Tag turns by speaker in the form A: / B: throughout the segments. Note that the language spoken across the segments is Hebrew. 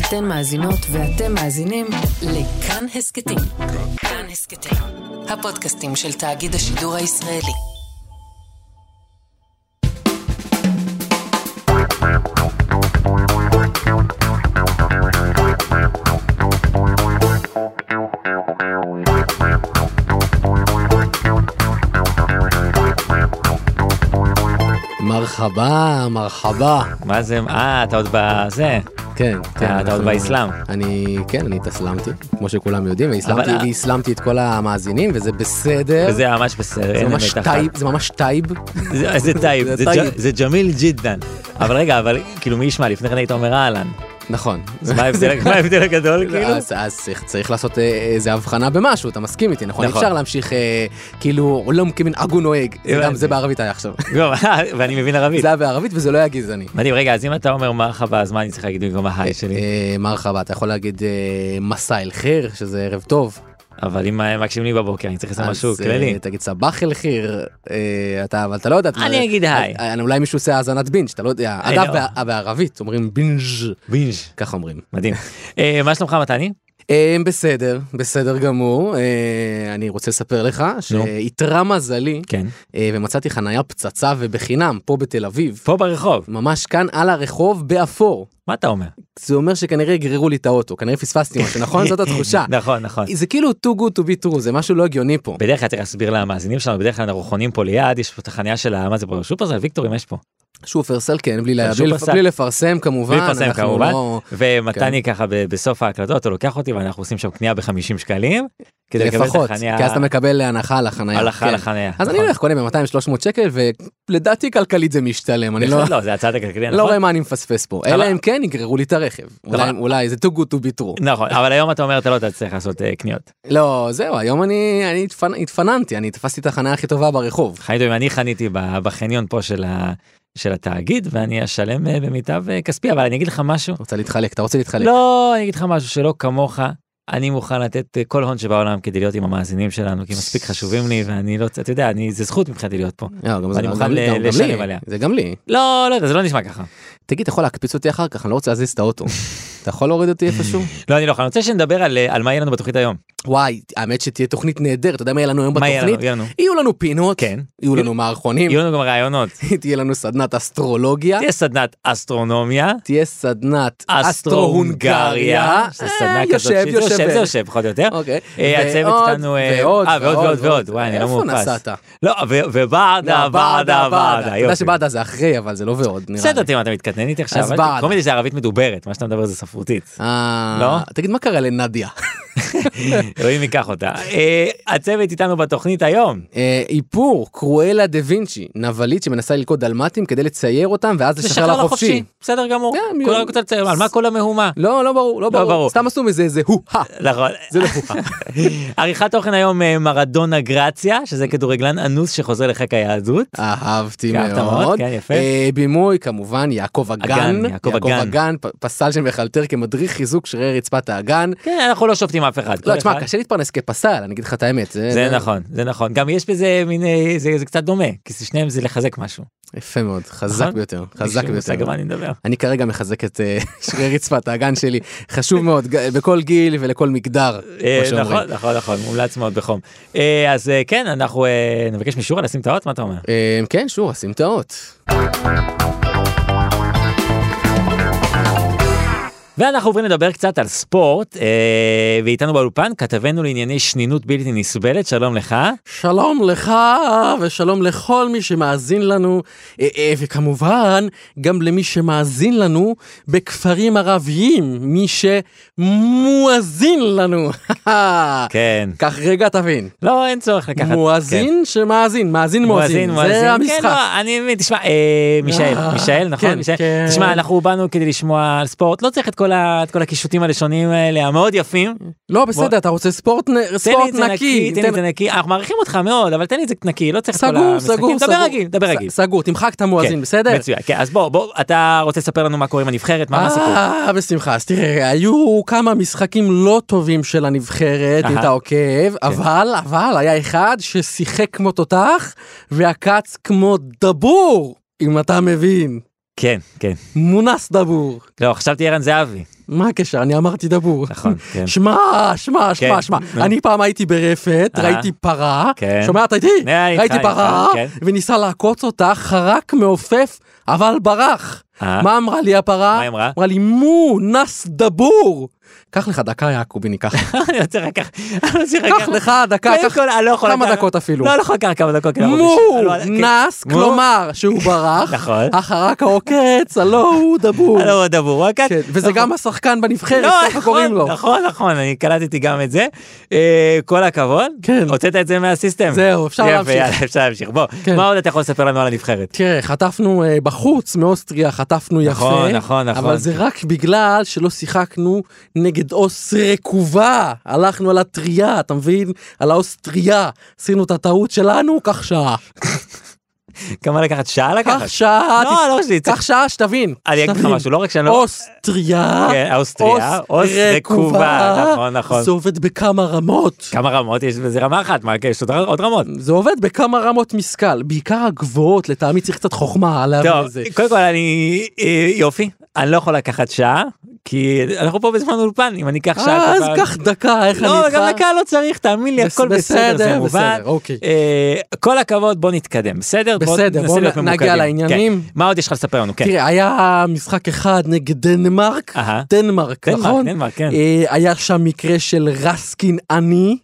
A: אתן מאזינות ואתם מאזינים לכאן הסכתים. כאן הסכתים, הפודקאסטים של תאגיד השידור הישראלי.
B: מרחבה, מרחבה.
C: מה זה, אה, אתה עוד בזה.
B: כן, כן.
C: אה, אתה עוד
B: אנחנו-
C: באסלאם.
B: אני, כן, אני התאסלמתי, כמו שכולם יודעים, והסלמתי-
C: אבל- אה-
B: והסלמתי את כל המאזינים, וזה בסדר.
C: וזה ממש בסדר.
B: זה
C: אין
B: ממש
C: אמת אחת.
B: טייב, זה ממש טייב.
C: זה- זה טייב,
B: זה
C: זה
B: טייב.
C: ג'- זה ג'מיל ג'ידן. אבל רגע, אבל כאילו מי ישמע, לפני כן היית אומר אהלן.
B: נכון.
C: אז מה ההבדל מה ההבדל הגדול, כאילו?
B: אז, אז צריך, צריך לעשות אה, איזה הבחנה במשהו, אתה מסכים איתי, נכון? אי
C: נכון.
B: אפשר להמשיך אה, כאילו עולם כמין אגו נוהג, זה גם
C: הבנתי.
B: זה בערבית היה עכשיו.
C: לא, מה, ואני מבין ערבית.
B: זה היה בערבית וזה לא היה גזעני.
C: מדהים, רגע, אז אם אתה אומר מרחבה, אז מה אני צריך להגיד במקום ההיי שלי?
B: אה, מרחבה, אתה יכול להגיד אה, מסע אל חיר, שזה ערב טוב.
C: אבל אם אה, מקשיבים לי בבוקר, אני צריך לעשות משהו
B: אז, אה,
C: כללי.
B: תגיד סבח אל חיר, אה, אתה, אבל אתה לא יודע. אתה-
C: אני אגיד היי.
B: אה, אה, אולי מישהו עושה האזנת בינג', אתה לא יודע.
C: אה,
B: אגב,
C: לא.
B: בע- בערבית אומרים בינג',
C: בינג'.
B: כך אומרים.
C: מדהים. אה, מה שלומך, מתני?
B: אה, בסדר, בסדר גמור. אה, אני רוצה לספר לך שאיתרע מזלי
C: כן.
B: אה, ומצאתי חניה פצצה ובחינם פה בתל אביב.
C: פה ברחוב,
B: ממש כאן על הרחוב באפור.
C: מה אתה אומר?
B: זה אומר שכנראה יגררו לי את האוטו, כנראה פספסתי משהו, נכון? זאת התחושה.
C: נכון, נכון.
B: זה כאילו too good to be true, זה משהו לא הגיוני פה.
C: בדרך כלל צריך להסביר למאזינים שלנו, בדרך כלל אנחנו חונים פה ליד, יש פה את החניה של ה... מה זה פה? שופרסל, ויקטורים יש פה.
B: שופרסל כן, בלי, לה... בלי, לפ...
C: שופרסל.
B: בלי לפרסם כמובן.
C: בלי לפרסם
B: אנחנו
C: כמובן.
B: לא...
C: ומתני ככה ב- בסוף ההקלטות, הוא לוקח אותי ואנחנו עושים שם קנייה ב-50 שקלים, כדי לקבל את
B: לפחות,
C: החניה,
B: כי אז אתה מקבל הנחה על החניה. כן.
C: הלכה לחניה.
B: אז אני
C: נכון.
B: הולך, קונה ב-200-300 שקל, ולדעתי כלכלית זה משתלם, אני לא,
C: לא, זה הצד הכלכלי,
B: לא רואה
C: נכון?
B: מה אני מפספס פה. אלא אם כן יגררו לי את הרכב. אולי,
C: נכון.
B: אולי זה too good to be true.
C: נכון, אבל היום אתה אומר אתה לא תצטרך לעשות אה, קניות.
B: לא, זהו, היום אני, אני התפנ... התפננתי, אני תפסתי את החניה הכי טובה ברחוב.
C: חיים טובים, אני חניתי ב- בחניון פה של ה- של התאגיד, ואני אשלם אה, במיטב אה, כספי, אבל אני אגיד לך משהו,
B: רוצה להתחלק, אתה רוצה להתחלק?
C: לא, אני אגיד לך משהו שלא כמוך. אני מוכן לתת אה, כל הון שבעולם כדי להיות עם המאזינים שלנו, כי הם מספיק חשובים לי, ואני לא, אתה יודע, אני, זה זכות מבחינתי להיות פה.
B: לא, גם זה-
C: ואני
B: גם-
C: מוכן
B: גם-
C: ל-
B: גם לי,
C: לשלם עליה.
B: זה גם לי.
C: לא, לא יודע, זה לא נשמע ככה.
B: תגיד, אתה יכול להקפיץ אותי אחר כך? אני לא רוצה להזיז את האוטו. אתה יכול להוריד אותי איפשהו?
C: לא, אני לא יכול. אני רוצה שנדבר על, אה, על מה יהיה לנו בתוכנית היום.
B: וואי, האמת שתהיה תוכנית נהדרת, אתה יודע מה יהיה לנו היום
C: מה יהיה לנו?
B: בתוכנית?
C: יהיה לנו.
B: יהיו לנו פינות,
C: כן.
B: יהיו לנו מערכונים,
C: יהיו לנו גם רעיונות.
B: תהיה לנו סדנת אסטרולוגיה,
C: תהיה סדנת אסטרונומיה,
B: תהיה סדנת
C: אסטרו-הונגריה. שזה סדנה
B: אה,
C: כזאת
B: יושב,
C: שזה
B: יושב,
C: זה יושב, פחות או יותר.
B: אוקיי.
C: אה, הצוות
B: ועוד,
C: שלנו, אה,
B: ועוד,
C: אה, ועוד, ועוד, ועוד. וואי, אני לא מאופס.
B: איפה נסעת?
C: לא, ו- ובעדה, בעדה,
B: בעדה.
C: בעדה,
B: אתה יודע
C: יופי.
B: שבעדה זה אחרי, אבל זה לא ועוד, נראה לי.
C: בסדר, תראה, אתה מתקטנן איתי עכשיו.
B: אז
C: אל-
B: בעדה.
C: כל מיני זה ערבית מדוברת, מה שאתה מדבר זה ספרותית.
B: אה,
C: לא?
B: תגיד, מה קרה לנדיה?
C: אלוהים ייקח אותה. אה, הצוות איתנו בתוכנית היום.
B: אה, איפור, קרואלה דה וינצ'י, נבלית שמנסה ללכוד דלמטים כדי לצייר אותם ואז לשחרר
C: לא
B: לה חופשי.
C: בסדר גמור.
B: כן, מי-
C: כולם רק רוצה לצייר, על מה כל המהומה?
B: לא, לא ברור, לא ברור.
C: ברור.
B: סתם עשו מזה איזה הו-הא.
C: נכון.
B: זה לא הו-הא.
C: עריכת תוכן היום אה, מרדונה גרציה,
B: Mm.
C: שזה כדורגלן אנוס שחוזר לחיק היהדות.
B: אהבתי
C: אהבת
B: מאוד.
C: מאוד, כן, יפה.
B: אה, בימוי כמובן יעקב אגן.
C: אגן, יעקב אגן.
B: פ- פסל שמחלטר כמדריך חיזוק שרירי רצפת האגן.
C: כן, אנחנו לא שופטים אף אחד.
B: לא,
C: כל
B: תשמע,
C: אחד-
B: קשה להתפרנס כפסל, אני אגיד לך את האמת.
C: זה נכון, זה נכון. גם יש בזה מין, אה, זה זה קצת דומה, כי זה- שניהם זה לחזק משהו.
B: יפה מאוד, חזק
C: נכון?
B: ביותר,
C: יש לי
B: חזק
C: מושג
B: ביותר.
C: על מה אני מדבר.
B: אני כרגע מחזק את אה, שרירי רצפת האגן שלי, חשוב מאוד, ג- בכל גיל ולכל מגדר,
C: אה,
B: כמו שאומרים.
C: נכון, נכון, נכון, מומלץ מאוד בחום. אה, אז אה, כן, אנחנו אה, נבקש משורה לשים את האות, מה אתה אומר?
B: אה, כן, שור, שים את האות.
C: ואנחנו עוברים לדבר קצת על ספורט, אה, ואיתנו באולפן כתבנו לענייני שנינות בלתי נסבלת, שלום לך.
B: שלום לך ושלום לכל מי שמאזין לנו, אה, אה, וכמובן גם למי שמאזין לנו בכפרים ערביים, מי שמואזין לנו.
C: כן.
B: כך רגע תבין,
C: לא, אין צורך לקחת. כן.
B: מואזין שמאזין, מאזין מואזין, זה
C: כן,
B: המשחק.
C: לא, אני מבין, תשמע, אה, מישאל,
B: אה,
C: מישאל, נכון?
B: כן,
C: מישאל?
B: כן.
C: תשמע, אנחנו באנו כדי לשמוע על ספורט, לא צריך את כל ה- את כל הקישוטים הלשוניים האלה, המאוד יפים.
B: לא, בסדר, אתה רוצה ספורט נ-
C: תן לי
B: ספורט
C: את זה
B: נקי.
C: נקי, תן לי את זה נקי. אה, אנחנו מעריכים אותך מאוד, אבל תן לי את זה נקי, לא צריך את כל
B: סגור,
C: המשחקים.
B: סגור, סגור.
C: דבר רגיל, דבר
B: ס-
C: רגיל.
B: סגור, תמחק את המואזין,
C: כן,
B: בסדר?
C: מצוין, כן, אז בוא, בוא, אתה רוצה לספר לנו מה קורה עם הנבחרת, מה מה הסיפור?
B: אה, בשמחה. אז תראה, היו כמה משחקים לא טובים של הנבחרת, אם
C: אהה. כן.
B: אתה עוקב, אבל, אבל היה אחד ששיחק כמו תותח, ועקץ כמו דבור, אם אתה מבין.
C: כן, כן.
B: מונס דבור.
C: לא, חשבתי ערן זהבי.
B: מה הקשר? אני אמרתי דבור.
C: נכון, כן.
B: שמע, שמע, שמע,
C: כן,
B: שמע.
C: נו.
B: אני פעם הייתי ברפת,
C: אה.
B: ראיתי פרה,
C: כן.
B: שומעת הייתי?
C: אה, איתך,
B: ראיתי
C: איתך,
B: פרה,
C: כן.
B: וניסה לעקוץ אותה, חרק מעופף, אבל ברח.
C: אה.
B: מה אמרה לי הפרה?
C: מה היא אמרה?
B: אמרה לי, מו, נס דבור. קח לך דקה, יעקוביני, קח.
C: אני רוצה רק כך, אני רוצה רק
B: קח
C: כך.
B: לך דקה,
C: קודם
B: קח
C: כל, אני לא יכול
B: כמה
C: לקחת-
B: דקות אפילו.
C: לא, אני לא יכול לקחת כמה דקות. כי אני
B: מו,
C: רוצה- לא, לא,
B: נס,
C: מו.
B: כלומר שהוא ברח,
C: נכון.
B: החרק העוקץ, הלא הוא דבור.
C: כן, לא, דבור, הוא הקט.
B: כן, וזה גם השחקן בנבחרת,
C: לא,
B: ככה קוראים לו.
C: נכון, נכון, נכון, אני קלטתי גם את זה. אה, כל הכבוד.
B: כן.
C: הוצאת את זה מהסיסטם.
B: זהו, אפשר
C: יפה,
B: להמשיך.
C: יאללה, אפשר להמשיך. בוא,
B: כן.
C: מה עוד אתה יכול לספר לנו על הנבחרת?
B: תראה, חטפנו אה, בחוץ מאוסטריה, חטפנו יפה.
C: נכון, נכון, נכון.
B: אבל זה רק בגלל שלא שיחקנו נגד אוס רקובה. הלכנו על הטריה, אתה מבין? על האוסטריה. עשינו את הטעות שלנו, קח שעה.
C: כמה לקחת? שעה לקחת?
B: קח שעה.
C: לא,
B: תת-
C: לא שלי, צריך-
B: קח שעה, שתבין.
C: אני אגיד לך
B: שתבין.
C: משהו, לא רק שאני לא...
B: אוסטריה.
C: כן, אוסטריה, אוס רקובה, נכון, נכון.
B: זה עובד בכמה רמות.
C: כמה רמות יש בזה רמה אחת, מה, כן, יש עוד ר- עוד רמות.
B: זה עובד בכמה רמות משכל, בעיקר הגבוהות, לטעמי צריך קצת חוכמה להבין
C: טוב,
B: את זה.
C: קודם כל אני, אה, יופי, אני לא יכול לקחת שעה, כי אנחנו פה בזמן אולפן, אם אני אקח שעה... כל
B: אה, אז
C: פעם-
B: קח דקה, איך אני
C: לא,
B: איתך?
C: גם לקהל לא צריך, תאמין לי,
B: בס-
C: הכל בסדר, זה
B: בסדר,
C: מובן.
B: בסדר, אוקיי.
C: אה, כל הכבוד, בוא נתקדם, בסדר?
B: בסדר,
C: ננסה
B: בוא
C: להיות
B: נ-
C: ממוקדים.
B: נגיע לעניינים.
C: כן. מה עוד יש לך לספר לנו? כן.
B: תראה, היה משחק אחד נגד דנמרק,
C: אהה.
B: דנמרק,
C: דנמרק,
B: נכון?
C: דנמרק, כן.
B: אה, היה שם מקרה של רסקין עני,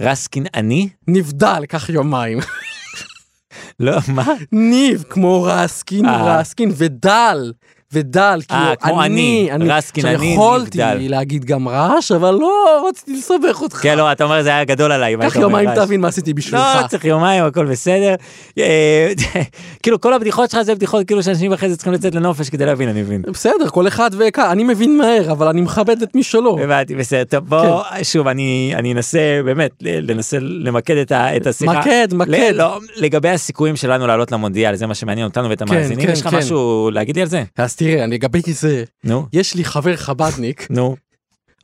C: רסקין אני?
B: נבדל, לקח יומיים.
C: לא, מה?
B: ניב, כמו רסקין,
C: אהה.
B: רסקין, ודל, ודל,
C: אה, כמו
B: כאילו, אני,
C: אני, רסקין,
B: עכשיו,
C: אני, נבדל.
B: יכולתי להגיד גם רעש, אבל לא רציתי לסבך אותך.
C: כן, לא, אתה אומר זה היה גדול עליי. אם היית
B: קח
C: אומר
B: יומיים
C: רעש.
B: תבין מה עשיתי בשבילך.
C: לא, לא צריך יומיים, הכל בסדר. אה, כאילו, כל הבדיחות שלך זה בדיחות כאילו שאנשים אחרי זה צריכים לצאת לנופש כדי להבין, אני מבין.
B: בסדר, כל אחד וכאן, אני מבין מהר, אבל אני מכבד את מי שלא.
C: הבנתי, בסדר. טוב, בוא, שוב, אני אני אנסה באמת, ל- לנסה למקד את ה- את השיחה.
B: מקד, מקד.
C: ל- לא, לגבי הסיכויים שלנו לעלות למונדיאל, זה מה שמעניין אותנו ואת המאזינים.
B: כן,
C: יש לך
B: כן.
C: משהו להגיד לי על זה?
B: אז תראה, אני לגבי זה,
C: נו,
B: יש לי חבר חבדניק,
C: נו,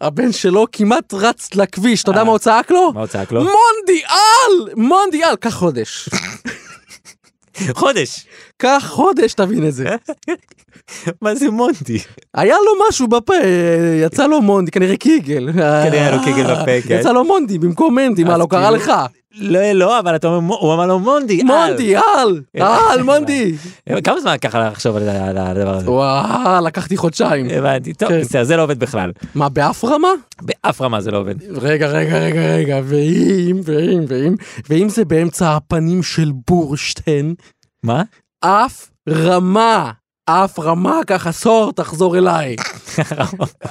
B: הבן שלו כמעט רץ לכביש, אתה יודע
C: אה.
B: מה הוא צעק לו?
C: מה הוא צעק לא. לו?
B: מונדיאל! מונדיאל! קח חודש.
C: חודש.
B: קח חודש, תבין את זה.
C: אה? מה זה מונדי?
B: היה לו משהו בפה, אה, יצא לו מונדי, כנראה קיגל.
C: היה לו
B: אה,
C: קיגל בפה, כן.
B: יצא לו מונדי במקום מנדי, מה
C: אז
B: לא קרה
C: כאילו-
B: לך?
C: לא, לא, אבל אתה אומר, מו- הוא אמר לו מונדי. על.
B: מונדיאל!
C: אה,
B: על, מונדי!
C: כמה זמן לקח לה לחשוב על ה- על הדבר הזה?
B: וואו, לקחתי חודשיים.
C: הבנתי, טוב,
B: כן.
C: בסדר, זה לא עובד בכלל.
B: מה, באף רמה?
C: באף רמה זה לא עובד.
B: רגע, רגע, רגע, רגע, ואם, ואם, ואם, ואם זה באמצע הפנים של בורשטיין,
C: מה?
B: אף רמה, אף רמה, קח עשור, תחזור אליי.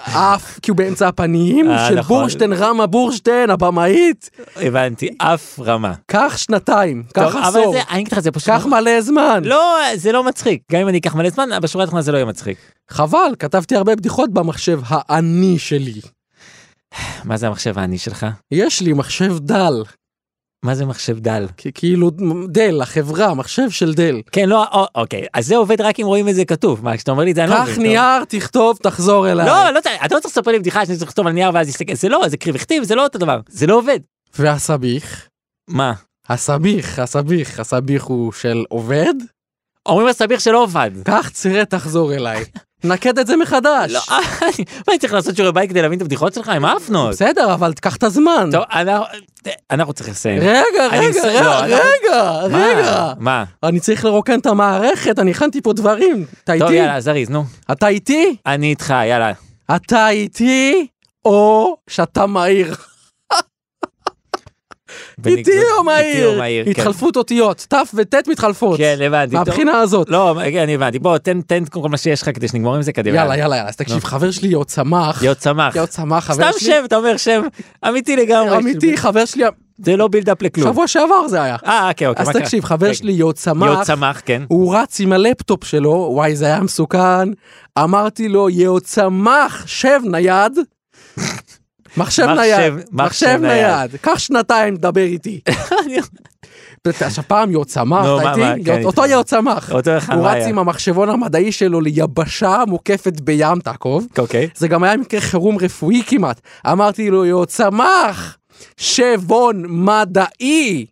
B: אף, כי הוא באמצע הפנים
C: אה,
B: של
C: נכון.
B: בורשטיין, רמה בורשטיין, הבמאית,
C: הבנתי, אף רמה.
B: קח שנתיים,
C: טוב,
B: קח
C: אבל
B: עשור,
C: זה, אני אגיד לך, זה פשוט...
B: קח מלא זמן.
C: לא, זה לא מצחיק. גם אם אני אקח מלא זמן, בשורה התחתונה זה לא יהיה מצחיק.
B: חבל, כתבתי הרבה בדיחות במחשב העני שלי.
C: מה זה המחשב העני שלך?
B: יש לי מחשב דל,
C: מה זה מחשב דל?
B: כי- כאילו דל, החברה, מחשב של דל.
C: כן, לא, או- אוקיי, אז זה עובד רק אם רואים את זה כתוב. מה, כשאתה אומר לי את זה, אני לא... מבין,
B: קח
C: טוב.
B: נייר, תכתוב, תחזור אליי.
C: לא, לא צריך- אתה לא צריך לספר לי בדיחה שאני צריך לכתוב על נייר ואז להסתכל. זה לא, זה קריא וכתיב, זה לא אותו דבר. זה לא עובד.
B: והסביך?
C: מה?
B: הסביך, הסביך, הסביך הוא של עובד?
C: אומרים הסביך שלא עבד.
B: קח צירה תחזור אליי. נקד את זה מחדש.
C: לא, מה, אני צריך לעשות שיעורי בית כדי להבין את הבדיחות שלך? עם האפנות.
B: בסדר, אבל תקח את הזמן.
C: טוב, אנחנו- אנחנו צריכים לסיים.
B: רגע,
C: אני
B: רגע,
C: מס-
B: רגע,
C: לא, אנחנו-
B: רגע,
C: מה?
B: רגע.
C: מה?
B: אני צריך לרוקן את המערכת, אני הכנתי פה דברים. אתה
C: טוב,
B: איתי?
C: יאללה, זריז, נו.
B: אתה איתי?
C: אני איתך, יאללה.
B: אתה איתי, או שאתה מהיר. איתי
C: בניגוד-
B: או
C: איתי או
B: מהיר?
C: מהיר, כן.
B: התחלפות אותיות, ת' וט' מתחלפות.
C: כן, הבנתי. טוב.
B: מהבחינה הזאת.
C: לא, כן, אני הבנתי. בוא, תן, תן קודם כל מה שיש לך כדי שנגמור עם זה קדימה.
B: יאללה, יאללה, יאללה, אז תקשיב, חבר שלי יו צמח.
C: להיות שמח.
B: יו צמח, חבר
C: סתם
B: שלי.
C: שם, אתה אומר שם אמיתי לגמרי.
B: אמיתי, חבר שלי,
C: זה לא בילדאפ לכלום.
B: שבוע שעבר זה היה.
C: אה, אוקיי, אוקיי.
B: אז
C: מה קרה?
B: תקשיב, חבר
C: רגע.
B: שלי יו
C: להיות
B: צמח,
C: שמח, כן.
B: הוא רץ עם הלפטופ שלו, וואי זה היה מסוכן, אמרתי לו יו צמח, שב נייד. מחשב
C: מחשב-
B: נייד,
C: מחשב
B: מחשב
C: נייד.
B: נייד, קח שנתיים דבר איתי. עכשיו פעם יו צמח,
C: נו, מה,
B: אתה
C: מה,
B: איתי?
C: כן,
B: יו-
C: איתך.
B: אותו יו צמח.
C: אותו אחד
B: הוא
C: מה
B: רץ
C: היה?
B: עם המחשבון המדעי שלו ליבשה מוקפת בים, תעקוב.
C: אוקיי.
B: זה גם היה מקרה חירום רפואי כמעט. אמרתי לו, יו צמח, שבון מדעי.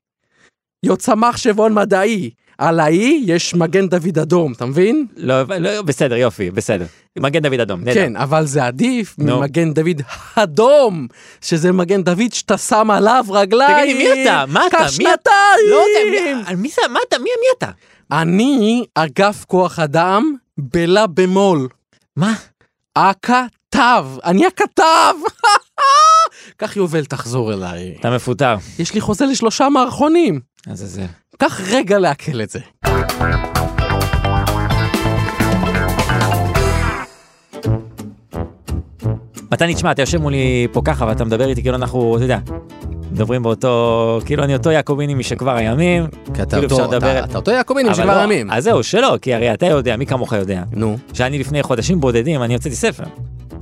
B: יו צמח שבון מדעי. על האי יש מגן דוד אדום, אתה מבין?
C: לא, לא, בסדר, יופי, בסדר. מגן דוד אדום, נהדר.
B: כן, אבל זה עדיף
C: נו.
B: ממגן דוד אדום, שזה מגן דוד שאתה שם עליו רגליים.
C: תגיד לי, מי אתה? מה אתה?
B: כך
C: מי אתה? לא יודע,
B: שנתיים.
C: מי- על מי זה, מה אתה? מי מי אתה?
B: אני אגף כוח אדם בלה במול.
C: מה?
B: הכתב, אני הכתב! כך יובל תחזור אליי.
C: אתה מפוטר.
B: יש לי חוזה לשלושה מערכונים.
C: אז זה.
B: קח רגע לעכל את זה.
C: כאילו, מתן, תשמע, אתה יושב מולי פה ככה ואתה מדבר איתי כאילו אנחנו, אתה יודע, מדברים באותו, כאילו אני אותו יעקוביני משכבר הימים.
B: כי אתה
C: כאילו אפשר
B: אותו,
C: לדבר-
B: אתה, אתה אותו יעקובינים
C: אבל
B: שכבר
C: לא,
B: ימים.
C: אז זהו, שלא, כי הרי אתה יודע, מי כמוך יודע,
B: נו.
C: שאני לפני חודשים בודדים, אני הוצאתי ספר.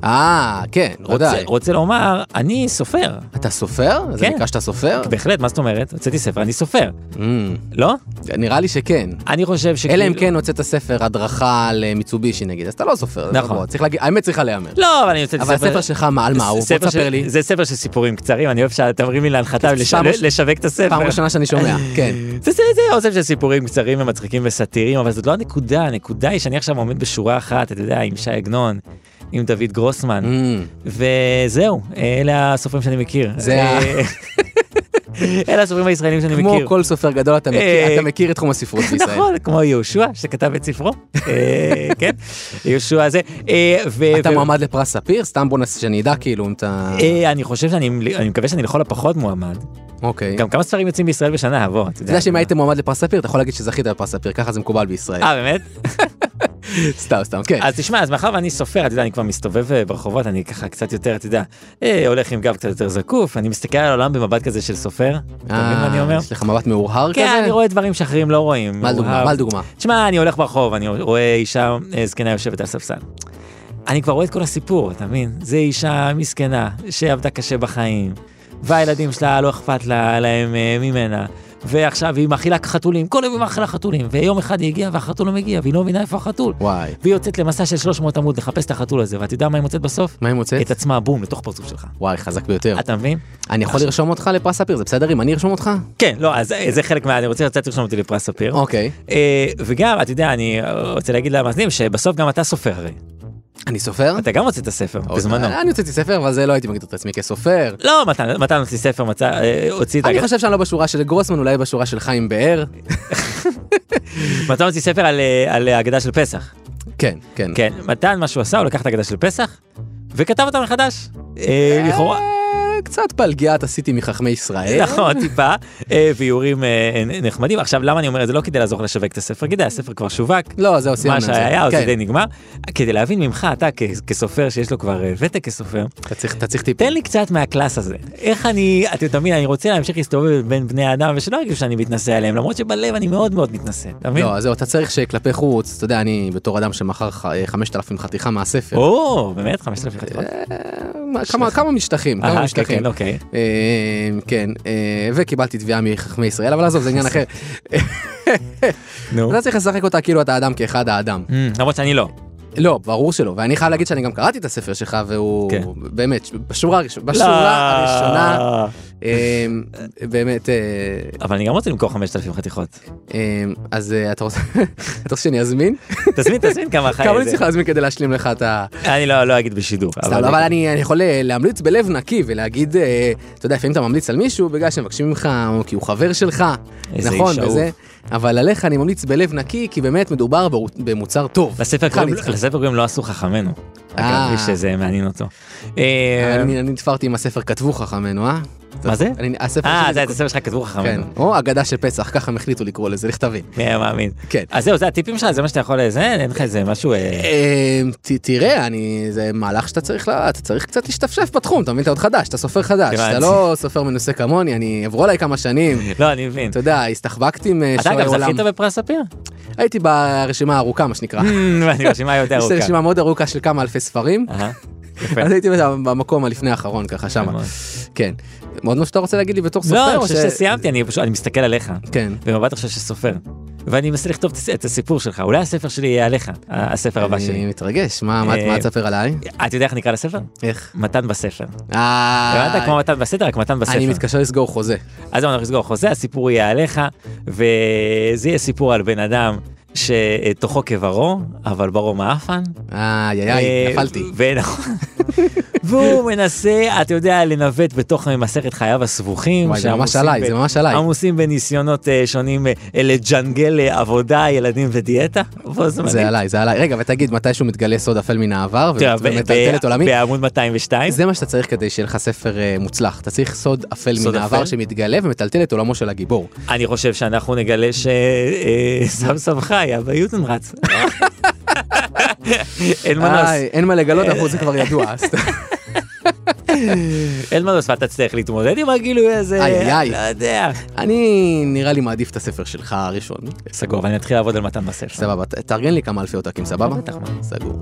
B: אה, כן,
C: רוצה,
B: ודאי.
C: רוצה לומר, אני סופר.
B: אתה סופר? אז
C: כן.
B: נקרא שאתה סופר?
C: בהחלט, מה זאת אומרת? הוצאתי ספר, אני סופר.
B: אמ,
C: לא?
B: נראה לי שכן.
C: אני חושב שכאילו...
B: אלא אם כן הוצאת ספר הדרכה למיצובישי נגיד, אז אתה לא סופר.
C: נכון.
B: בוא, צריך להגיד, האמת צריכה להיאמר.
C: לא, אבל אני הוצאתי ספר...
B: אבל הספר שלך, מה, על מה הוא? בוא
C: ספר
B: תספר
C: של-
B: לי.
C: זה ספר של סיפורים קצרים, אני אוהב שאתה אומרים לי להנחתה ולש-
B: פעם ראש-
C: לשווק את הספר.
B: פעם ראשונה שאני שומע, כן.
C: זה, זה, זה אוסף של סיפורים קצרים ומצחיקים וסאטירים, אבל זאת לא הנקודה, הנקודה היא שאני עכשיו עומד בשורה אחת, אתה יודע, עם שי עגנון, עם דוד גרוסמן,
B: אמ,
C: וזהו, אלה הסופרים שאני מכיר.
B: זה ה-
C: אה, אלה הסופרים הישראלים שאני
B: כמו
C: מכיר.
B: כל סופר גדול, אתה מכיר-
C: אה,
B: אתה מכיר את תחום הספרות בישראל.
C: נכון, כמו יהושע שכתב את ספרו, אה, כן, יהושע זה. אה, ו-
B: אתה
C: ו-
B: מועמד לפרס ספיר? סתם בוא נס... שאני אדע כאילו אם אתה...
C: אה, אני חושב שאני, אני מקווה שאני לכל הפחות מועמד.
B: אוקיי.
C: גם כמה ספרים יוצאים בישראל בשנה, בוא, אתה
B: אתה יודע שאם היית מועמד לפרס ספיר, אתה יכול להגיד שזכית בפרס ספיר, ככה זה מקובל בישראל.
C: אה, באמת?
B: סתם, סתם, כן.
C: אז תשמע, אז מאחר ואני סופר, אתה יודע, אני כבר מסתובב אה, ברחובות, אני ככה קצת יותר, אתה יודע, אה, הולך עם גב קצת יותר זקוף, אני מסתכל על העולם במבט כזה של סופר, אתה מבין מה אני אומר?
B: אה, יש לך מבט מאורהר כזה?
C: כן, אני רואה דברים שאחרים לא רואים.
B: מה לדוגמה?
C: מאוהב.
B: מה לדוגמה?
C: תשמע, אני הולך ברחוב, אני רואה אישה אה, זקנה יושבת על ספסל. אני כבר רואה את כל הסיפור, אתה מבין? זו אישה מסכנה, שעבדה קשה בחיים, והילדים שלה לא אכפת לה, להם אה, ממנה, ועכשיו היא מאכילה חתולים, כל יום היא מאכילה חתולים, ויום אחד היא הגיעה והחתול לא מגיע, והיא לא מבינה איפה החתול.
B: וואי.
C: והיא יוצאת למסע של 300 עמוד לחפש את החתול הזה, ואתה יודע מה היא מוצאת בסוף?
B: מה היא מוצאת? לא.
C: את עצמה, בום, לתוך פרצוף שלך.
B: וואי, חזק ביותר.
C: אתה מבין?
B: אני יכול לרשום אותך לפרס ספיר? זה בסדר אם אני ארשום אותך?
C: כן, לא, אז אה, זה חלק מה... אני רוצה לצאת לרשום אותי לפרס ספיר.
B: אוקיי.
C: אה, וגם, אתה יודע, אני אה, רוצה להגיד למאזינים שבסוף גם אתה סופר הרי.
B: אני סופר?
C: אתה גם הוצאת ספר, בזמנו.
B: אוקיי, אני הוצאתי ספר, אבל זה לא הייתי מגדיר את עצמי כסופר.
C: לא, מתן, מתן הוציא ספר, מצא, אה, הוציא את
B: אני
C: הג-
B: חושב שאני לא בשורה של גרוסמן, אולי בשורה של חיים באר.
C: מתן הוציא ספר על, אה, על ההגדה של פסח.
B: כן, כן.
C: כן, מתן, מה שהוא עשה, הוא לקח את ההגדה של פסח, וכתב אותה מחדש. אה, לכאורה.
B: אה, קצת פלגיית עשיתי מחכמי ישראל.
C: נכון, טיפה, אה, ואיורים אה, נ- נחמדים. עכשיו, למה אני אומר את זה? לא כדי לעזור לשווק את הספר, כדי, הספר כבר שווק.
B: לא, זהו, סיימנו.
C: מה
B: עם זה.
C: שהיה, זה
B: כן.
C: די נגמר. כדי להבין ממך, אתה כ- כסופר שיש לו כבר אה, ותק כסופר,
B: אתה צריך- אתה צריך טיפ.
C: תן לי קצת מהקלאס הזה. איך אני, אתה מבין, אני רוצה להמשיך להסתובב בין בני האדם ושלא ירגישו שאני מתנשא עליהם, למרות שבלב אני מאוד מאוד מתנשא, אתה מבין?
B: לא, אז זהו, אתה צריך שכלפי חוץ, אתה יודע, אני בתור אדם שמכר ח- אה, 5,000 חתיכה מהספר.
C: או, באמת? 5,000 חתיכות?
B: אה, מה- כמה- כמה משטחים, כמה
C: אהה, כן,
B: משטחים.
C: כן, אוקיי.
B: אה, כן, אה, וקיבלתי תביעה מחכמי ישראל, אבל עזוב, זה עניין אחר.
C: נו.
B: אתה צריך לשחק אותה כאילו אתה אדם כאחד האדם.
C: אמ, למרות שאני לא.
B: לא, ברור שלא, ואני חייב להגיד שאני גם קראתי את הספר שלך, והוא
C: כן.
B: באמת, בשורה הראשונה, בשורה
C: לא.
B: הראשונה, אה, באמת, אה,
C: אבל אני גם רוצה למכור 5,000 חתיכות.
B: אה, אז אה, אתה רוצה אתה רוצה שאני אזמין?
C: תזמין, תזמין כמה חיי
B: כמה אני
C: זה.
B: צריך להזמין כדי להשלים לך את ה...
C: אני לא לא אגיד בשידור.
B: סתם, אבל אני אני יכול אה, להמליץ בלב נקי ולהגיד, אה, אתה יודע, לפעמים אתה ממליץ על מישהו בגלל שמבקשים ממך, או כי הוא חבר שלך,
C: איזה
B: נכון,
C: איש אהוב.
B: וזה, אבל עליך אני ממליץ בלב נקי, כי באמת מדובר ברו- במוצר טוב.
C: לספר
B: איתך
C: קוראים-
B: אני איתך.
C: לספר קוראים לא עשו חכמינו. אגב,
B: אה.
C: מי שזה מעניין אותו. אה,
B: אבל אני אני נתפרתי עם הספר כתבו חכמינו, אה?
C: מה זה?
B: אני- הספר
C: אה,
B: שלי-
C: זה הספר שלך כתבו
B: כן,
C: חכמינו.
B: או אגדה של פסח, ככה הם החליטו לקרוא לזה, לכתבים.
C: מי היה מאמין.
B: כן.
C: אז זהו, זה הטיפים שלך, זה מה שאתה יכול לזה, אין לך איזה משהו... אה,
B: אה, ת- תראה, אני, זה מהלך שאתה צריך, לה, אתה צריך קצת להשתפשף בתחום, אתה מבין? אתה עוד חדש, אתה סופר חדש,
C: הבנתי.
B: אתה לא סופר מנוסה כמוני, אני, עברו עליי כמה שנים,
C: לא, אני מבין.
B: אתה יודע, הסתחבקתי עם אה,
C: אתה
B: שועי
C: אגב
B: עולם.
C: זכית בפרס ספיר?
B: הייתי ברשימה הארוכה, מה שנקרא.
C: אני רשימה יותר
B: יש
C: ארוכה.
B: רשימה מאוד ארוכה של כמה אלפי ספרים,
C: אהה, כן. אה, יפה.
B: אז הייתי במקום הלפני האחרון, ככה שמה.
C: מאוד.
B: כן. עוד משהו שאתה רוצה להגיד לי בתור סופר?
C: לא, אני
B: או
C: חושב
B: ש-
C: שסיימתי, אני פשוט, אני מסתכל עליך.
B: כן.
C: במבט עכשיו שסופר. ואני מנסה לכתוב את הסיפור שלך, אולי הספר שלי יהיה עליך, הספר הבא
D: אני
C: שלי.
D: מתרגש, מה מה-
C: אה,
D: מה תספר עליי?
C: אתה יודע איך נקרא לספר?
D: איך?
C: מתן בספר.
D: אה,
C: הבנת? כמו מתן בסתר, רק מתן בספר.
D: אני מתקשר לסגור חוזה.
C: אז זהו, אנחנו נסגור חוזה, הסיפור יהיה עליך, וזה יהיה סיפור על בן אדם שתוכו כברו, אבל ברו מעפן.
D: אה, איי, איי,
C: אה,
D: נפלתי.
C: ו- נכון. והוא מנסה, אתה יודע, לנווט בתוך מסכת חייו הסבוכים.
D: וואי, זה ממש
C: שעמוסים
D: עליי,
C: ב-
D: זה ממש עליי.
C: עמוסים בניסיונות אה, שונים אה, לג'נגל אה, עבודה, ילדים ודיאטה. בו זמנית.
D: זה עליי, זה עליי. רגע, ותגיד, מתישהו מתגלה סוד אפל מן העבר
C: תראה, ב-
D: ומטלטל את
C: ב-
D: עולמי?
C: בעמוד 202.
D: זה מה שאתה צריך כדי שיהיה לך ספר אה, מוצלח. אתה צריך סוד אפל
C: סוד
D: מן העבר
C: אפל?
D: שמתגלה ומטלטל את עולמו של הגיבור.
C: אני חושב שאנחנו נגלה אה, שסמסמך היה ביוטנרץ. אין מנוס,
D: איי, אה, אין מה לגלות, אבל זה כבר ידוע. אז-
C: אין מנוס, ואתה תצטרך להתמודד עם הגילוי הזה,
D: איי, איי.
C: לא יודע.
D: אני נראה לי מעדיף את הספר שלך הראשון.
C: סגור, ואני אתחיל לעבוד על מתן בספר.
D: סבבה, ת- תארגן לי כמה אלפי עותקים, סבבה?
C: אה, בטח, מה.
D: סגור.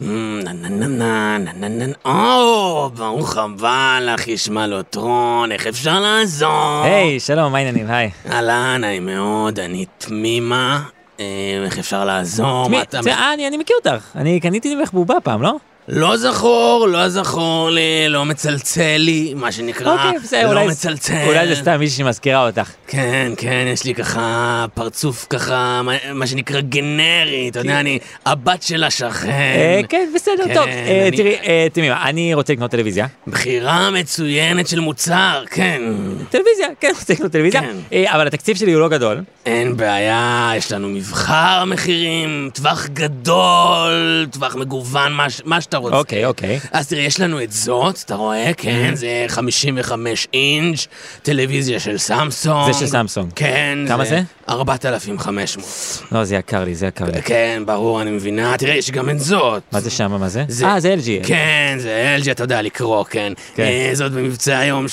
E: נה נה נה נה נה נה נה נה או, ברוך הבא לך, ישמלוטרון, איך אפשר לעזור?
C: היי, שלום, מה העניינים? היי.
E: אהלן, נעים מאוד, אני תמימה, אה, איך אפשר לעזור?
C: מי-
E: מה אתה...
C: זה- אה, אני אני מכיר אותך, אני קניתי ממך בובה פעם, לא?
E: לא זכור, לא זכור לי, לא מצלצל לי, מה שנקרא,
C: אוקיי, בסדר,
E: לא
C: אולי-
E: מצלצל.
C: אולי זה סתם מישהי שמזכירה אותך.
E: כן, כן, יש לי ככה פרצוף ככה, מה- מה שנקרא גנרי, אתה יודע, אני הבת של
C: אה,
E: השכן.
C: כן, בסדר,
E: כן,
C: טוב. אה,
E: אני-
C: תראי, אה, תמימה, אני רוצה לקנות טלוויזיה.
E: בחירה מצוינת של מוצר, כן.
C: טלוויזיה, כן, רוצה לקנות טלוויזיה.
E: כן.
C: אה, אבל התקציב שלי הוא לא גדול.
E: אין בעיה, יש לנו מבחר מחירים, טווח גדול, טווח מגוון, מה, ש- מה שאתה רוצה.
C: אוקיי, Mm-hmm. אוקיי.
E: אז תראה, יש לנו את זאת, אתה רואה? כן, זה 55 אינץ', טלוויזיה של סמסונג.
C: זה של סמסונג.
E: כן.
C: כמה זה?
E: 4,500.
C: לא, זה יקר לי, זה יקר לי.
E: כן, ברור, אני מבינה. תראה, יש גם את זאת.
C: מה זה שם? מה זה?
E: זה-
C: אה, זה LG.
E: כן, זה LG, אתה יודע לקרוא, כן.
C: כן.
E: אה, זאת במבצע היום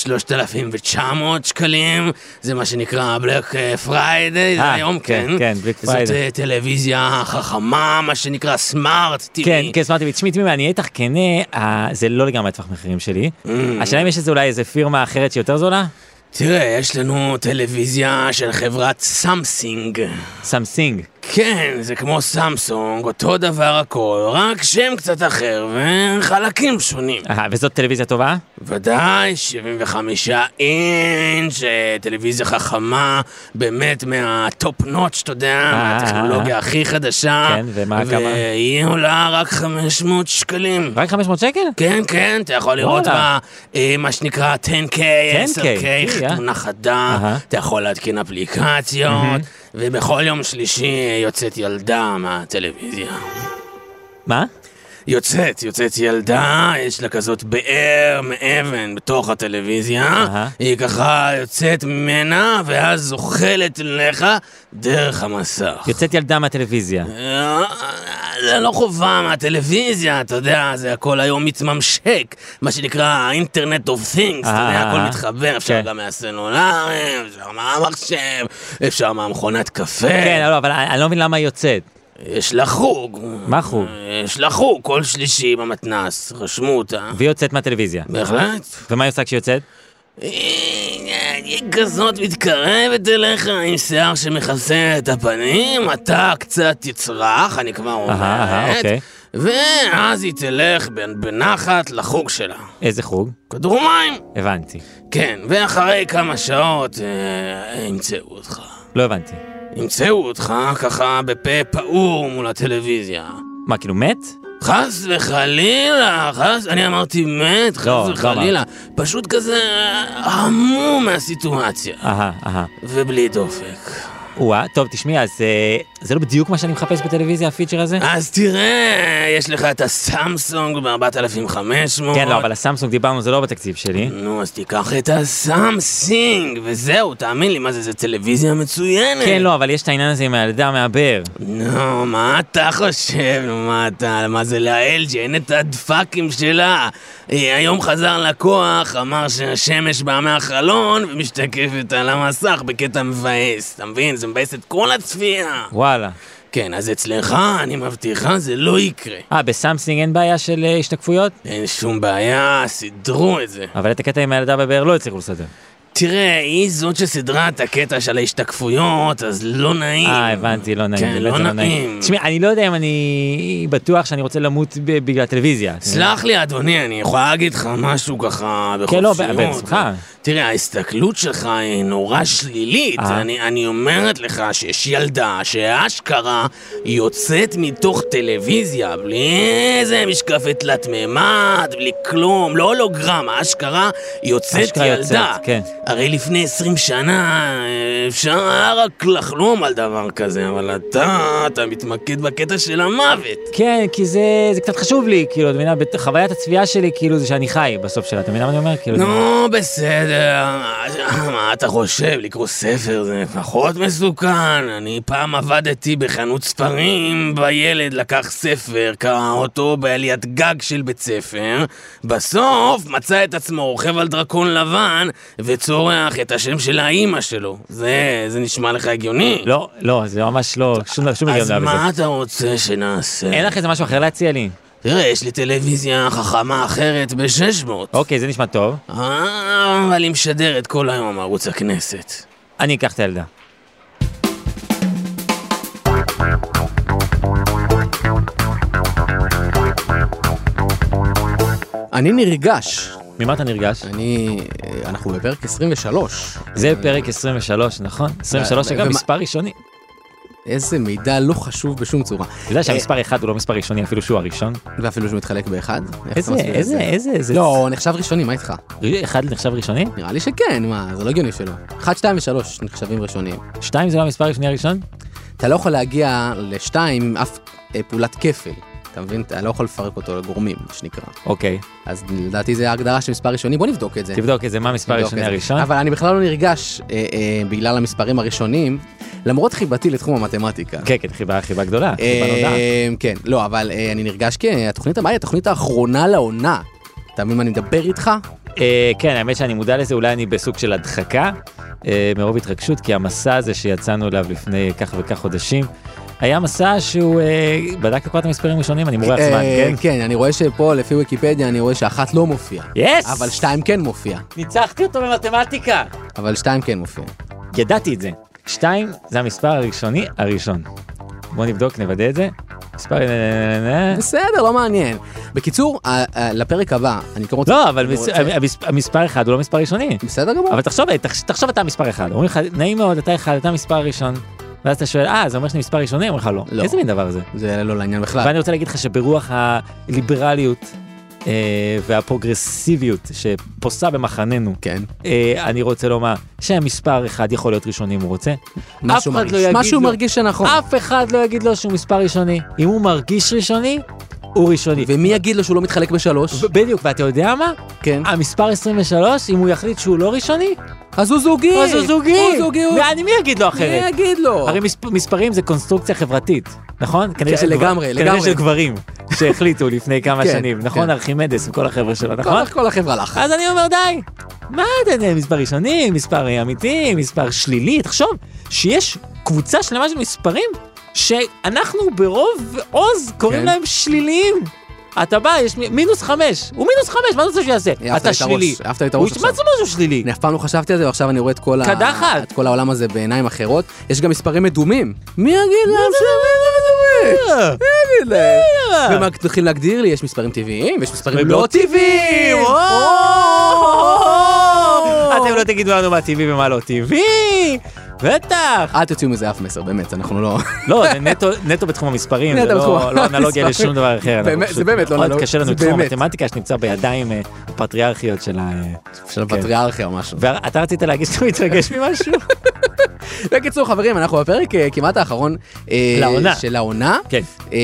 E: 3,900 שקלים, זה מה שנקרא בלק פריידיי, זה
C: אה,
E: היום,
C: כן,
E: כן.
C: כן, Black
E: זאת
C: Friday.
E: אה, טלוויזיה חכמה, מה שנקרא סמארט TV.
C: כן, כן, סמארטי, תשמעי, תמימה, אני אהיה איתך כנה, אה, זה לא לגמרי הטווח מחירים שלי.
E: Mm.
C: השאלה אם יש איזה אולי איזה פירמה אחרת שהיא יותר זולה?
E: תראה, יש לנו טלוויזיה של חברת סמסינג.
C: סמסינג.
E: כן, זה כמו סמסונג, אותו דבר הכל, רק שם קצת אחר וחלקים שונים.
C: אה, וזאת טלוויזיה טובה?
E: ודאי, 75 אינץ', אה, טלוויזיה חכמה, באמת מהטופ נוטש, אתה יודע, מהטכנולוגיה הכי חדשה.
C: אה, כן, ומה, כמה?
E: והיא עולה רק 500 שקלים.
C: רק 500 שקל?
E: כן, כן, אתה יכול לראות
C: וואלה.
E: בה, אה, מה שנקרא 10K,
C: 10K,
E: 10K, חתונה חדה,
C: אהה.
E: אתה יכול להתקין אפליקציות, ובכל יום שלישי אה, יוצאת ילדה מהטלוויזיה.
C: מה?
E: יוצאת, יוצאת ילדה, יש לה כזאת באר מאבן בתוך הטלוויזיה,
C: אהה.
E: היא ככה יוצאת ממנה, ואז זוחלת לך דרך המסך.
C: יוצאת ילדה מהטלוויזיה.
E: אה, זה לא חובה מהטלוויזיה, אתה יודע, זה הכל היום מתממשק, מה שנקרא האינטרנט אוף תינגס, אתה יודע,
C: אה,
E: הכל
C: אה.
E: מתחבר, אפשר
C: כן.
E: גם מהסלולרים, אפשר מהמחשב, אפשר מהמכונת קפה.
C: כן, לא, אבל אני אני לא מבין למה היא יוצאת.
E: יש לה חוג.
C: מה חוג?
E: יש לה חוג, כל שלישי במתנ"ס, רשמו אותה.
C: והיא יוצאת מהטלוויזיה.
E: בהחלט.
C: ומה היא עושה כשהיא יוצאת?
E: היא כזאת מתקרבת אליך עם שיער שמכסה את הפנים, אתה קצת תצרח, אני כבר
C: אהה, אהה,
E: אומרת,
C: אוקיי.
E: ואז היא תלך בנ- בנחת לחוג שלה.
C: איזה חוג?
E: כדור מים,
C: הבנתי.
E: כן, ואחרי כמה שעות אה, ימצאו אותך.
C: לא הבנתי.
E: ימצאו אותך ככה בפה פעור מול הטלוויזיה.
C: מה, כאילו מת?
E: חס וחלילה, חס... אני אמרתי מת, חס
C: לא, לא
E: וחלילה. פשוט כזה אה, המום מהסיטואציה.
C: אהה, אהה.
E: ובלי דופק.
C: וואה, טוב, תשמעי, אז אה, זה לא בדיוק מה שאני מחפש בטלוויזיה, הפיצ'ר הזה?
E: אז תראה, יש לך את הסמסונג ב-4500.
C: כן, לא, אבל הסמסונג דיברנו, זה לא בתקציב שלי.
E: נו, אז תיקח את הסמסינג, וזהו, תאמין לי, מה זה, זה טלוויזיה מצוינת.
C: כן, לא, אבל יש את העניין הזה עם הילדה מהבאר.
E: נו, מה אתה חושב? נו, מה אתה, מה זה לאלג'י? אין את הדפאקים שלה. אה, היום חזר לקוח, אמר שהשמש באה מהחלון ומשתקפת על המסך בקטע מבאס. אתה מבין? זה מבאס את כל הצפייה.
C: וואלה.
E: כן, אז אצלך, אני מבטיחה, זה לא יקרה.
C: אה, בסמסונג אין בעיה של אה, השתקפויות?
E: אין שום בעיה, סידרו את זה.
C: אבל את הקטע עם הילדה בבאר לא הצליחו לסדר.
E: תראה, היא זאת שסידרה את הקטע של ההשתקפויות, אז לא נעים.
C: אה, הבנתי, לא נעים.
E: כן,
C: באמת
E: לא
C: זה
E: נעים.
C: תשמע, אני לא יודע אם אני בטוח שאני רוצה למות ב- בגלל הטלוויזיה.
E: סלח לי, אדוני, אני יכולה להגיד לך משהו ככה בחופשיות.
C: כן, לא, בשמחה.
E: תראה, ההסתכלות שלך היא נורא שלילית.
C: אה.
E: אני, אני אומרת לך שיש ילדה שאשכרה יוצאת מתוך טלוויזיה בלי איזה משקפת תלת מימד, בלי כלום, לא הולוגרמה, אשכרה יוצאת
C: אשכרה
E: ילדה.
C: יוצאת, כן.
E: הרי לפני 20 שנה אה, אפשר היה רק לחלום על דבר כזה, אבל אתה, אתה מתמקד בקטע של המוות.
C: כן, כי זה, זה קצת חשוב לי, כאילו, את מבינה, בת- חוויית הצפייה שלי, כאילו, זה שאני חי בסוף שלה, אתה מבין מה אני אומר? כאילו, זה-
E: נו, בסדר, מה אתה חושב, לקרוא ספר זה פחות מסוכן? אני פעם עבדתי בחנות ספרים, וילד לקח ספר, קרא אותו בעליית גג של בית ספר, בסוף מצא את עצמו רוכב על דרקון לבן, וצורח את השם של האימא שלו. זה, זה נשמע לך הגיוני?
C: לא, לא, זה ממש לא, שום שום
E: אז
C: היגיון לא היה בזה.
E: מה אתה רוצה שנעשה?
C: אין לך איזה משהו אחר להציע לי?
E: תראה, יש לי טלוויזיה חכמה אחרת ב-600.
C: אוקיי, זה נשמע טוב.
E: אה, אבל היא משדרת כל היום ערוץ הכנסת.
C: אני אקח את הילדה.
B: אני נרגש.
C: ממה אתה נרגש?
B: אני... אה, אנחנו בפרק 23.
C: זה פרק 23, נכון? 23 זה גם
B: ומה-
C: מספר ראשוני.
B: איזה מידע לא חשוב בשום צורה.
C: אתה
D: אה,
C: יודע
B: אה.
C: שהמספר 1 הוא לא מספר ראשוני, אפילו שהוא הראשון?
B: ואפילו שהוא מתחלק באחד. איך אתה
C: איזה,
B: מסביר את
C: איזה,
B: זה?
C: איזה, איזה...
B: לא, הוא נחשב ראשוני, מה איתך?
C: אחד נחשב ראשוני?
B: נראה לי שכן, מה, זה לא הגיוני שלא. 1, 2 ו-3 נחשבים ראשונים.
C: שתיים זה לא המספר הראשוני הראשון?
B: אתה לא יכול להגיע ל-2 עם אף אה, פעולת כפל. אתה מבין? אתה לא יכול לפרק אותו לגורמים, מה שנקרא.
C: אוקיי,
B: אז לדעתי זה ההגדרה של מספר ראשוני, בוא נבדוק את זה.
C: תבדוק את זה, מה המספר
B: נבדוק
C: הראשוני
B: את זה.
C: הראשון?
B: אבל אני בכלל לא נרגש אה, אה, בגלל המספרים הראשונים, למרות חיבתי לתחום המתמטיקה.
C: כן, כן, חיבה, חיבה גדולה, חיבה נודעת.
B: אה, כן, לא, אבל אה, אני נרגש כי התוכנית הבאה היא התוכנית האחרונה לעונה. אתה מבין מה אני מדבר איתך?
C: אה, כן, האמת שאני מודע לזה, אולי אני בסוג של הדחקה, אה, מרוב התרגשות, כי המסע הזה שיצאנו אליו לפני כך וכך חודשים, היה מסע שהוא אה, בדק את כל המספרים הראשונים, אני מורח זמן,
B: אה,
C: כן?
B: כן, אני רואה שפה לפי ויקיפדיה אני רואה שאחת לא מופיעה.
C: יס!
B: אבל שתיים כן מופיע.
C: ניצחתי אותו במתמטיקה!
B: אבל שתיים כן מופיע.
C: ידעתי את זה. שתיים, זה המספר הראשוני הראשון. בוא נבדוק, נוודא את זה. מספר... אה,
B: בסדר, לא מעניין. בקיצור, אה, אה, לפרק הבא, אני לא רוצה...
C: לא, אבל
B: אני
C: מס-
B: רוצה-
C: המס- המספר אחד הוא לא מספר ראשוני.
B: בסדר גמור.
C: אבל תחשוב, אה, תחש- תחשוב אתה מספר אחד. אומרים לך, נעים מאוד, אתה אחד, אתה מספר ראשון. ואז אתה שואל, אה, זה אומר שאני מספר ראשוני? אומרים לך, לא.
B: לא.
C: איזה מין דבר זה?
B: זה לא לעניין בכלל.
C: ואני רוצה להגיד לך שברוח הליברליות אה, והפרוגרסיביות שפוסה במחננו,
B: כן.
C: אה, אני רוצה לומר שהמספר אחד יכול להיות ראשוני אם הוא רוצה.
B: מה
C: אף
B: שהוא
C: אחד
B: מרגיש.
C: לא יגיד
B: מה שהוא
C: לו.
B: מרגיש נכון. שנכון.
C: אף אחד לא יגיד לו שהוא מספר ראשוני. אם הוא מרגיש ראשוני, הוא ראשוני.
B: ומי יגיד לו שהוא לא מתחלק בשלוש?
C: ב- אה, בדיוק, ואתה יודע מה?
B: כן.
C: המספר 23, אם הוא יחליט שהוא לא ראשוני,
B: אז הוא זוגי!
C: אז הוא זוגי.
B: הוא זוגי! הוא-
C: ואני, מי יגיד לו
B: מי
C: אחרת?
B: יגיד לו?
C: הרי מספ- מספרים זה קונסטרוקציה חברתית, נכון? כנראה של גבר-
B: כן, לגמרי,
C: כנראה
B: לגמרי.
C: של גברים שהחליטו לפני כמה
B: כן,
C: שנים, נכון?
B: כן.
C: ארכימדס וכל החבר'ה שלו,
B: כל-
C: נכון?
B: כל החברה לך.
C: אז אני אומר די, מה אתה מספר ראשוני, מספר אה, אמיתי, מספר שלילי, תחשוב שיש קבוצה שלמה של מספרים שאנחנו ברוב עוז קוראים
B: כן.
C: להם שליליים. אתה בא, יש מי- מינוס חמש, הוא מינוס חמש, מה אתה רוצה שהוא יעשה?
B: העפת לי
C: אתה
B: את הראש,
C: שלילי.
B: העפת לי את הראש
C: הוא-
B: עכשיו.
C: מה זה משהו שלילי?
B: אני אף פעם לא חשבתי על זה, ועכשיו אני רואה את כל,
C: קדחת.
B: ה... את כל העולם הזה בעיניים אחרות. יש גם מספרים מדומים. מי יגיד להם שהם מדומים? מי יגיד להם? ומה מתחילים להגדיר לי? יש מספרים טבעיים, ויש מספרים לא טבעיים!
C: אתם לא תגידו לנו מה טבעי ומה לא טבעי, בטח.
B: אל תוציאו מזה אף מסר, באמת, אנחנו לא...
C: לא, זה נטו- נטו בתחום המספרים, זה
B: נטו
C: לא
B: בתחום
C: לא אנלוגיה
B: המספרים.
C: לשום דבר אחר. אנחנו
B: באמת-
C: פשוט
B: זה באמת לא
C: מאוד
B: אנלוג-
C: קשה לנו
B: זה
C: בתחום
B: באמת.
C: המתמטיקה שנמצא בידיים אה, הפטריארכיות של ה... אה,
B: של הפטריארכיה או משהו.
C: ואתה רצית להגיד שאתה מתרגש ממשהו?
B: בקיצור, חברים, אנחנו בפרק אה, כמעט האחרון אה,
C: לעונה.
B: של העונה.
C: כן.
B: אה,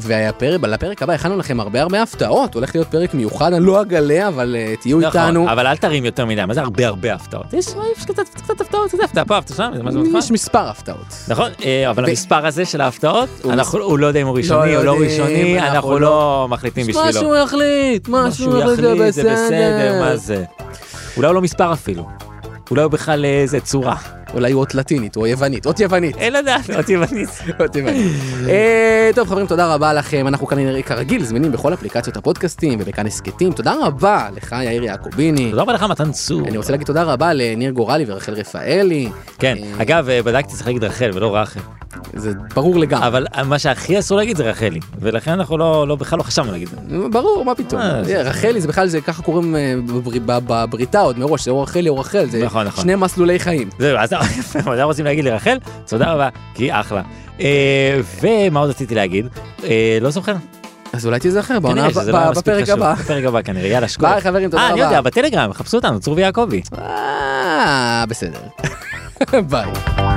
B: והפרק, על הפרק הבא הכנו לכם הרבה הרבה הפתעות. הולך להיות פרק מיוחד, אני לא אגלה, אבל אה, תהיו איתנו.
C: נכון, אבל אל תרים יותר מדי, מה זה הרבה הרבה הפתעות? יש יש קצת קצת הפתעות, אתה יודע, הפתעה פה, הפתעה שם, זה מה זה
B: יש
C: נכון?
B: מספר הפתעות.
C: נכון, אה, אבל
B: ו-
C: המספר הזה של ההפתעות,
B: הוא
C: אנחנו- הוא לא יודע אם הוא ראשוני
B: לא
C: או לא
B: יודעים,
C: ראשוני,
B: אנחנו
C: אנחנו לא מחליטים בשבילו.
B: יחליט,
C: מה שהוא יחליט לא זה בסדר, מה זה? אולי הוא לא מספר אפילו. אולי הוא בכלל איזה צורה.
B: אולי הוא אות לטינית או יוונית. אות יוונית.
C: אין לדעת, לא אותי יוונית.
B: אות יוונית. אה, טוב חברים, תודה רבה לכם. אנחנו כנראה כרגיל זמינים בכל אפליקציות הפודקאסטים ובכאן הסכתים. תודה רבה לך, יאיר יעקוביני.
C: תודה רבה לך, מתן צור.
B: אני רוצה להגיד תודה רבה לניר גורלי ורחל רפאלי.
C: כן,
B: אה,
C: אגב, אה, בדקתי, צריך להגיד רחל ולא רחל.
B: זה ברור לגמרי.
C: אבל אה, מה שהכי אסור להגיד זה רחלי, ולכן אנחנו לא, לא, בכלל לא חשבנו להגיד את זה.
B: ברור, מה פתאום.
C: אה, זה-
B: רחלי זה בכלל, זה ככה קוראים אה, בבר- ב- בבריתה עוד מראש, זה או רחלי או רחל, זה
C: נכון, נכון.
B: שני מסלולי חיים.
C: זהו, אז יפה, אז רוצים להגיד לרחל, תודה רבה, כי היא אחלה. אה, ומה עוד רציתי להגיד? אה, לא זוכר.
B: אז אולי תיזכר בעונה
C: כנראה שזה לא
B: הבאה,
C: היה
B: ב-
C: מספיק
B: בפרק
C: חשוב.
B: הבא.
C: בפרק הבא כנראה, יאללה, שקול.
B: ביי, חברים, תודה
C: אה, אני
B: רבה.
C: יודע, בטלגרם, חפשו אותנו, צור ויעקבי.
B: אה, בסדר. ביי.